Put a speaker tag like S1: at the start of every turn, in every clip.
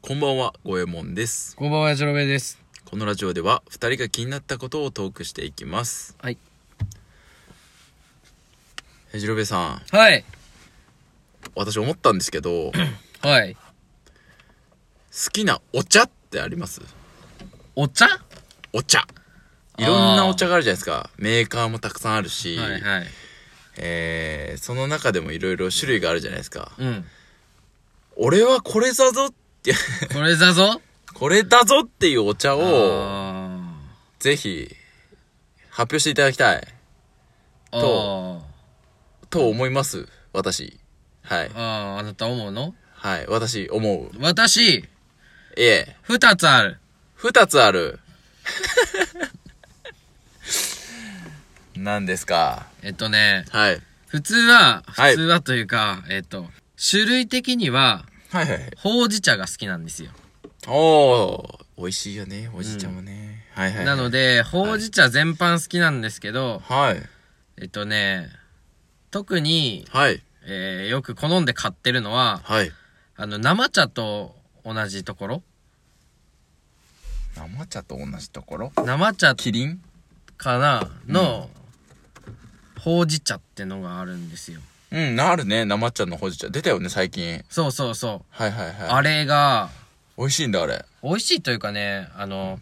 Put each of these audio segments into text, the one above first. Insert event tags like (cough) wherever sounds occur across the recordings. S1: こんばんは、ごえもんです。
S2: こんばんは、やじろべえです。
S1: このラジオでは、二人が気になったことをトークしていきます。
S2: はい。
S1: へじろべさん、
S2: はい。
S1: 私思ったんですけ
S2: (clears throat)
S1: ど、好
S2: はい。
S1: きなお茶ってあります
S2: お茶は
S1: お茶。いろんなお茶があるじゃないですか。メーカーもたくさんあるし、
S2: はい。
S1: えー、その中でもいろいろ種類があるじゃないですか。
S2: うん。
S1: 俺はこれだぞって、
S2: これだぞ。
S1: これだぞっていうお茶を、
S2: あ
S1: ぜひ、発表していただきたい。
S2: ーあー。
S1: と思います。私。はい。
S2: あーあなた思うの
S1: はい。私、思う。
S2: 私、
S1: ええ。
S2: 二つある。
S1: 二つある。何ですか
S2: えっとね、
S1: はい。
S2: 普通は、
S1: はい
S2: 普通はというか、えっと、種類的には、
S1: はいはいはい。
S2: ほうじ茶が好きなんですよ。
S1: おー。美味しいよね。おじちゃんもね。はいはいはい。
S2: なので、ほうじ茶全般好きなんですけど、
S1: はい。
S2: えっとね、特に、
S1: はい。
S2: えーよく好んで買ってるのは、
S1: はい。
S2: あの、生茶と同じところ
S1: 生茶と同じところ
S2: 生茶
S1: キリン
S2: かなの、ほうじ茶ってのがあるんですよ
S1: うん、なるね。生茶のほうじ茶。出たよね、最近。
S2: そうそうそう
S1: はいはいはい。
S2: あれが
S1: 美味しいんだ、あれ。
S2: 美味しいというかねあの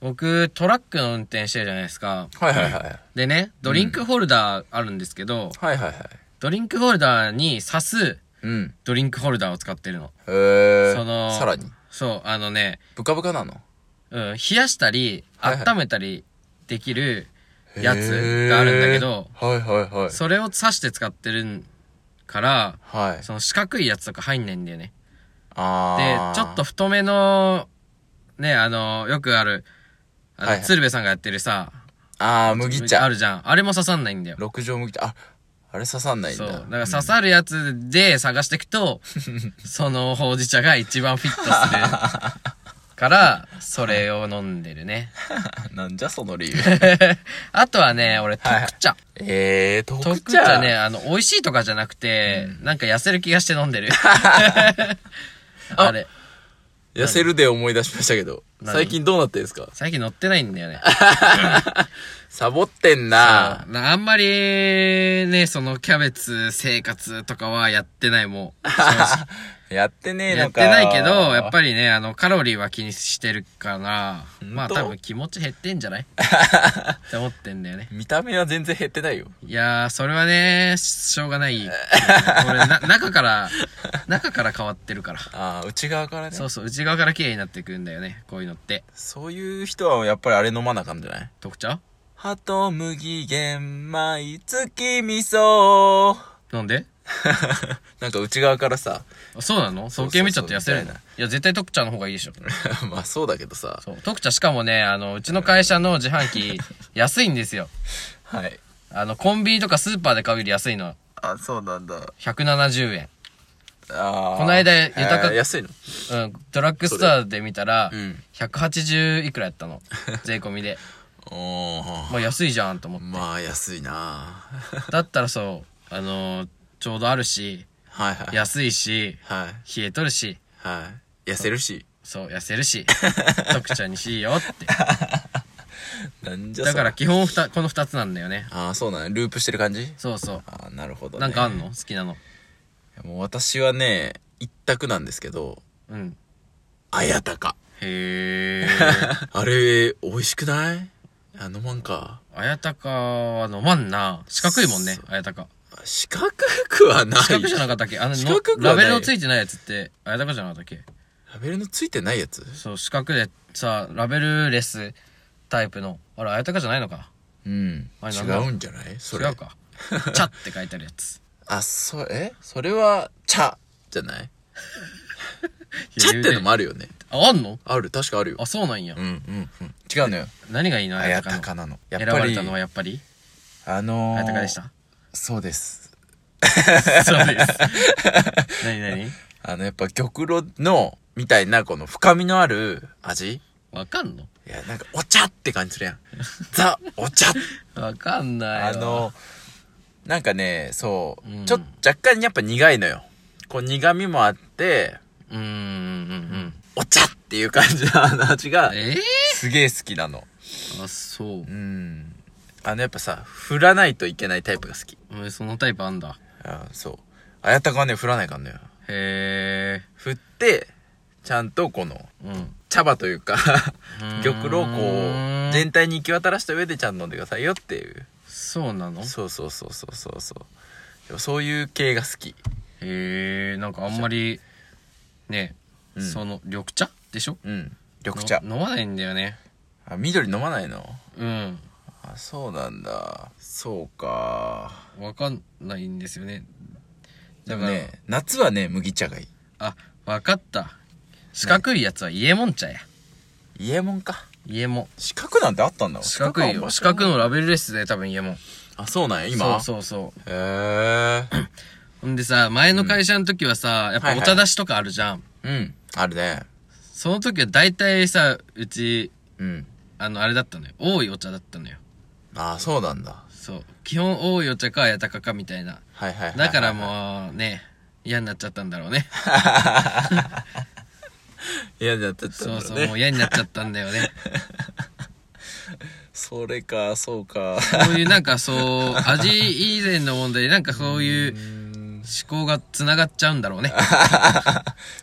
S2: 僕トラックの運転してるじゃないですか
S1: はいはいはい。
S2: でねドリンクホルダーあるんですけど、
S1: はいはいはい。
S2: ドリンクホルダーに刺す
S1: うん。
S2: ドリンクホルダーを使ってるの
S1: へえ。
S2: その
S1: さらに。
S2: そうあのね、
S1: ブカブカなの
S2: うん、冷やしたり
S1: はいはい
S2: 温めたりできるやつがあるんだけど、
S1: へーはいはいはい
S2: それを刺して使ってるから
S1: はい
S2: その四角いやつとか入んないんだよねで
S1: あ、ー
S2: ちょっと太めの、ね、あの、よくある、あの
S1: はいはい
S2: 鶴瓶さんがやってるさ、
S1: ああ麦茶
S2: あるじゃん。あれも刺さんないんだよ。
S1: 六畳麦茶ああれ刺さんないん
S2: そ
S1: だ
S2: う。だから刺さるやつで探していく
S1: (laughs)
S2: と、そのほうじ茶が一番フィットする。
S1: (laughs)
S2: から、それを飲んでるね。
S1: うんなんじゃその理由
S2: あとはね、俺、特茶。
S1: えー、特
S2: 特
S1: 茶
S2: 茶ね、あの、美味しいとかじゃなくて、なんか痩せる気がして飲んで
S1: (laughs)
S2: る。あれ、
S1: 痩せるで思い出しましたけど
S2: 何
S1: 最近どうなってんですか
S2: 最近乗ってないんだよね。
S1: サボってんな
S2: なあんまりね、そのキャベツ生活とかはやってないもん。正直
S1: やってねえ
S2: や
S1: の
S2: っ
S1: か
S2: てないけど、やっ
S1: り
S2: ぱりね、あの、カロリーは気にしてるから、ま
S1: 本
S2: あ
S1: 当
S2: 多分気持ち減ってんじ
S1: (laughs)
S2: ゃないって思ってんだよね。
S1: 見た目は全然減ってないよ
S2: いやー、それはね、しょうがない。俺、な、中から、中から変わってるから。
S1: ああ内側からね
S2: そ
S1: そう
S2: そう、内側から綺麗になってくんだよね、こういうのって。
S1: ういう人はやっぱりあれ飲まなあかんじゃない
S2: 特茶
S1: ハトムギ玄米月味噌
S2: なんで
S1: (laughs) なんか内側からさ (laughs)
S2: あそうなの
S1: そうそうそう
S2: 総計見ちゃって痩せる
S1: みた
S2: の
S1: い
S2: い
S1: な
S2: や、絶対特茶の方がいいでしょ。
S1: まあそうだけどさ
S2: そう特茶しかもねあのうちの会社の自販
S1: (laughs)
S2: 機安いんですよ
S1: はい
S2: あのコンビニとかスーパーで買うより安いの
S1: あそうなんだ
S2: 170円、
S1: あー
S2: この間豊か
S1: えー安いの
S2: うん、ドラッグストアで見たら、
S1: うん
S2: 180いくらやったの税込
S1: (laughs)
S2: みで
S1: おー
S2: まあ安いじゃんと思って
S1: まあ安いな
S2: だったらそうあのーちょうどあるし
S1: はいはい
S2: 安いし
S1: はい
S2: 冷えとるし
S1: はい痩せるし
S2: そう痩せ
S1: (laughs)
S2: るし特茶にしいよって
S1: なんじゃそ
S2: だ
S1: れ
S2: から基本ふたこの2つなんだよね
S1: ああそうなんループしてる感じ
S2: そうそ
S1: ああなるほ
S2: う
S1: ど、ね、
S2: なんかあんの好きなの
S1: もう私はね一択なんですけど
S2: うん
S1: あやたか
S2: へえ
S1: (laughs) あれ美味しくないあ飲まんか
S2: あやたかは飲まんな。四角いもんね
S1: そ、
S2: あやたか。
S1: あ四角くはない
S2: 四角じゃなかったっけあの
S1: 四角くはな
S2: の
S1: い
S2: ラベルのついてないやつって、あやたかじゃなかったっけ
S1: ラベルのついてないやつ
S2: そう、四角でさ、ラベルレスタイプの。あれ、あやたかじゃないのか
S1: うん
S2: あれ
S1: 違
S2: なんだ
S1: うんじゃないそれ
S2: 違
S1: (laughs)
S2: うか。チャって書いてあるやつ。
S1: あそえそれは茶じゃない茶ってのも
S2: あ
S1: あるよね
S2: あ、あんの
S1: ある確かあるよ
S2: あ、そうなんや
S1: うん。うんうん違うのよ
S2: 何がいいのあ
S1: あ
S2: や
S1: や
S2: たか
S1: た
S2: の。
S1: かなのや
S2: 選
S1: っぱ
S2: ばれ
S1: り
S2: たのはやっぱり、
S1: あの
S2: あ
S1: ー、
S2: やたか
S1: (laughs)
S2: でした。
S1: そうです
S2: そうです。何何
S1: あのやっぱ玉露のみたいなこの深みのある味
S2: わかんの
S1: いやなんかお茶って感じするや
S2: (laughs)
S1: んザお茶
S2: わかんないわ。
S1: あのなんかねそう、
S2: うん
S1: ちょっと若干やっぱ苦いのよこう苦みもあって
S2: ううんうんうん
S1: お茶っていう感じの話が
S2: うん。、ええ
S1: すげえ好きなの。
S2: あ、そう
S1: う。ん。あの、やっぱさ、振らないといけないタイプが好き。
S2: えそのタイプあんだ。
S1: あそう。あやたかはね、振らないからね。
S2: へ
S1: 振って、ちゃんとこの、
S2: え。うん。
S1: 茶葉というか、玉露をこ
S2: ー
S1: う、
S2: ん
S1: 全体に行き渡らした上でちゃんと飲んでくださいよっていう。
S2: そうなの
S1: そうそうそうそうそうそう。でもそういう系が好き。
S2: へえ、なんかあんまり、ね、
S1: うん
S2: その、緑茶でしょ
S1: うん。緑茶。
S2: の飲まないんだよね。
S1: あ、緑飲まないの
S2: うん。
S1: あ、そうなんだ。そうか。
S2: わかんないんですよね。
S1: で
S2: だ
S1: も
S2: から、
S1: ね、夏はね、麦茶がいい。
S2: あ、わかった。四角いやつは家もん茶や。
S1: 家もんか。
S2: 家もん。
S1: 四角なんてあったんだ
S2: 四角いよ。四角のラベルですね、多分家もん。
S1: あ、そうなんや、今。
S2: そうそうそう。
S1: へえ。
S2: (clears throat) ほんでさ、前の会社の時はさ、やっ
S1: は
S2: ぱ
S1: い
S2: お
S1: はい
S2: 茶出しとかあるじゃん。
S1: うん。あるね。
S2: その時は大体さ、うち、
S1: うん。
S2: あの、あれだったのよ。多いお茶だったのよ。
S1: ああ、そうなんだ。
S2: そう。基本多いお茶か、やたかかみたいな。
S1: はいはいはいはい。
S2: だからもう、ね、嫌になっちゃったんだろ
S1: (laughs)
S2: うね。
S1: う。いや、だってたんだ
S2: そ
S1: ろ
S2: う
S1: う
S2: そう、
S1: ね
S2: もう嫌になっちゃったんだよね。
S1: それか、そうか。 (laughs)
S2: そういうなんかそう、味以前の問題で、なんかそういう思考が繋がっちゃうんだろうね。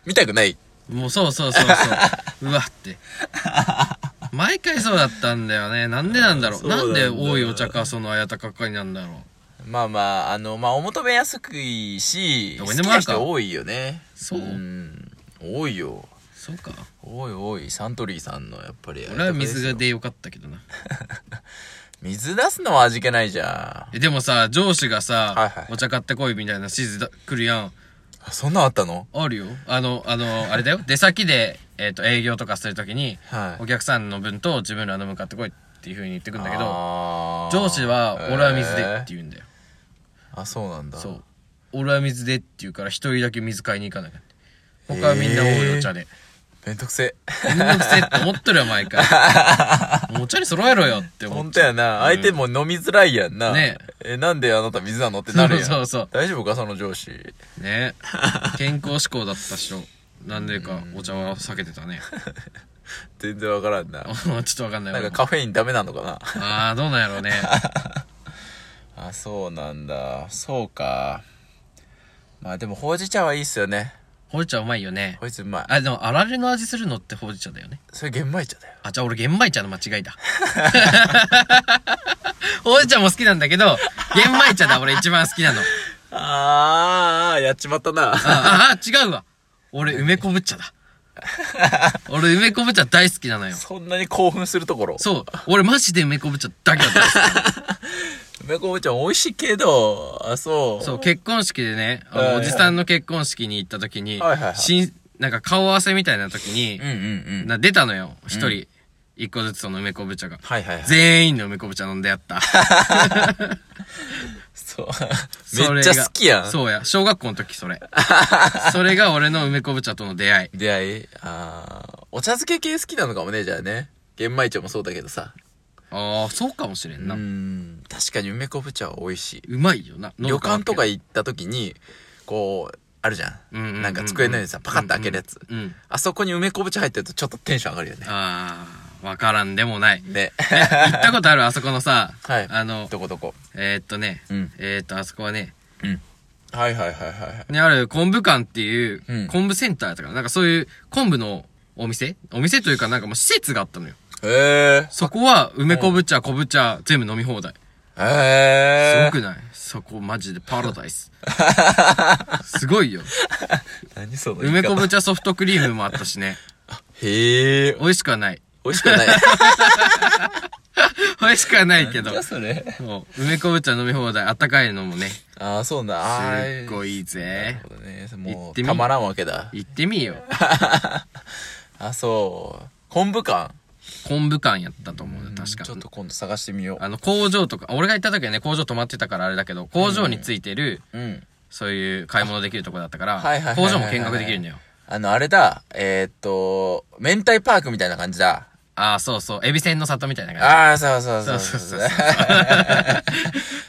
S1: 見たくない。
S2: もうそうそうそうそう。うわって。毎回そうだったんだよね。なんでなんだろ。
S1: そううなん
S2: な
S1: だ
S2: んで多いお茶か、そのあやたかかになんだろう。
S1: まあまあ、あの、まあ、お求めやすくいし、
S2: どこにでもある
S1: 好き
S2: か
S1: な人多いよね。。
S2: そうん
S1: 多いよ。
S2: そうか。
S1: 多い多い。サントリーさんの、やっぱり。
S2: 俺は水が
S1: で。
S2: でよかったけどな。
S1: 水出すのは味気ないじゃん。
S2: えでもさ、上司がさ、
S1: はいはい
S2: お茶買ってこいみたいな指示だ来るやん。
S1: あそんなんあったの
S2: あるよ。あの、あの、あれだよ。出先で、えっ、と、営業とかするときに、
S1: はい
S2: お客さんの分と自分らの分買ってこいっていう風に言ってくんだけど、
S1: ど
S2: 上司は、俺は水でって言うんだよ。
S1: あ、そうなんだ。
S2: そう。。俺は水でって言うから、一人だけ水買いに行かなきゃって。他はみんな多いお茶で。
S1: めんどくせえ。
S2: めんどくせえって思ってるよ、
S1: (laughs)
S2: 毎回。もうお茶に揃えろよって思
S1: 本
S2: っ
S1: 当
S2: て。
S1: やな。相手も飲みづらいやんな。
S2: ね
S1: え、なんであなた水なのってなるやん。
S2: (laughs) そうそうそう
S1: 大丈夫かその上司。
S2: ね健康志向だった人。なんでか、お茶は避けてたね。
S1: 全然わからん (laughs) な。
S2: ちょっとわかんない。
S1: なん
S2: 俺
S1: かカ
S2: も
S1: フェインダメなのかな。
S2: ああ、どうなんやろうね。
S1: あ、そうなんだ。そうか。まあでも、ほうじ茶はいいっすよね。
S2: ほうじ茶うまいよね。
S1: こいつうまい。
S2: あ、でも、あられの味するのってほうじ茶だよね。
S1: それ玄米茶だよ。
S2: あ、じゃあ俺玄米茶の間違いだ。 (laughs) ほうじ茶も好きなんだけど、玄米茶だ、俺一番好きなの。あ
S1: あー、やっちまったな。
S2: あ、あ違うわ。俺梅昆布
S1: (laughs)
S2: 茶だ。俺梅昆布茶大好きなのよ。
S1: そんなに興奮するところ。
S2: そう。俺マジで梅昆布茶だけは大好き
S1: (laughs)
S2: なの。
S1: 梅子おちゃん美味しいけど、あ、そう。
S2: そう、結婚式でね、あ
S1: はいは
S2: の
S1: い
S2: おじさんの結婚式に行った時に
S1: はいはいは、い
S2: しん、なんか顔合わせみたいな時に
S1: うん、うんうん。
S2: な出たのよ。一人。一個ずつその梅昆布茶が。
S1: はいはいはい。
S2: 全員の梅昆布茶飲んでやった。
S1: そう。(laughs)
S2: そ
S1: め
S2: れ
S1: っ
S2: が
S1: ちゃ好きやん。
S2: そうや。小学校の
S1: (laughs)
S2: 時それ。それが俺の梅昆布茶との出会い。
S1: 出会いあーお茶漬け系好きなのかもね、じゃあね。玄米茶もそうだけどさ。
S2: ああ、そうかもしれん
S1: う。
S2: な。うん
S1: 確かに梅昆布茶は美味しい。
S2: まいよな。
S1: 旅館とか
S2: い
S1: 行った時に、こう、あるじゃ
S2: うんうんうんうん
S1: ん。なんか机の上にさ、パカッと開けるやつ。
S2: うん。
S1: あそこに梅昆布茶入ってるとちょっとテンション上がるよね。
S2: ああ、わからんでもない。
S1: ね。
S2: 行ったことあ
S1: (laughs)
S2: るあそこのさ、
S1: はい。
S2: あ (laughs) の、
S1: どこどこ。
S2: えーっとね、
S1: うん
S2: えーっと、あそこはね、
S1: うん。はいはいはいはい。
S2: ね、ある昆布館っていう
S1: うん、
S2: 昆布センターやったから、なんかそういう昆布のお店お店というかなんかもう施設があったのよ。
S1: へえ。
S2: そこは梅昆布茶、昆布茶全部飲み放題。す
S1: へえ。
S2: ごくないそこマジでパラダ
S1: (laughs)
S2: イス。すごいよ。
S1: 何その言い
S2: 梅
S1: 方
S2: 昆布茶ソフトクリームもあったしね。
S1: へえ。
S2: 美味しくはない。
S1: 美味しく
S2: (laughs)
S1: ない。
S2: 美味しくはないけど
S1: なん。だそれ。
S2: そう梅昆布茶飲み放題、あったかいのもね。す
S1: ああ、そうだ。あー
S2: っごいいいぜ
S1: な。るほどね。
S2: 行
S1: も
S2: って
S1: う、
S2: み
S1: たまらんわけだ。
S2: 行ってみよう。
S1: (laughs) あ、そう。昆布館。
S2: 昆布館やったと思うよ確か。
S1: ちょっと今度探してみよ
S2: あの、工場とか、あ俺が行った時はね、工場泊まってたからあれだけど、工場についてる、
S1: う。うん。
S2: そういう買い物できるとこだったから
S1: はいはいはい、はい
S2: 工
S1: はい
S2: 場も見学できるんだよ。
S1: あの、あれだ。えー、っと、明太パークみたいな感じだ。
S2: ああ、そうそう、エビせんの里みたいな感
S1: ああ、そうそうそう
S2: そうそう
S1: (laughs)
S2: そう
S1: あ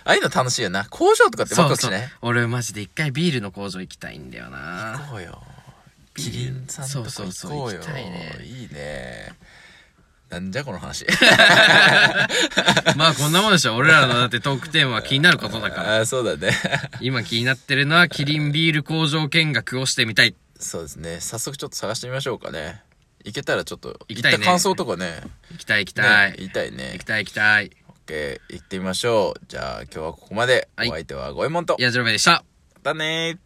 S1: あいうの楽しいよな。工場とかっ
S2: じ。
S1: てワクワク
S2: そう
S1: し
S2: そう
S1: ない。
S2: 俺マジで一回ビールの工場行きたいんだよな (laughs)
S1: そうよ。キリンさんと
S2: そ
S1: か
S2: う
S1: 行
S2: そう
S1: こ
S2: そうう
S1: よ
S2: 行きたいね
S1: いいねなんじゃこの
S2: (laughs)
S1: 話
S2: まあこんなもんでしょ俺らのだってトークテーマは気になることだから
S1: (laughs) あーそうだね
S2: 今気になってるのはキリンビール工場見学をしてみたい
S1: そうですね早速ちょっと探してみましょうかね行けたらちょっと
S2: 行
S1: 行
S2: き
S1: った
S2: いね
S1: た感想とかね
S2: 行きたい行きたい、
S1: ね言いたいね
S2: 行きたい行きたい
S1: OK 行ってみましょうじゃあ今日はここまで、
S2: はい
S1: お相手は五右衛門と
S2: 矢印でした
S1: またねー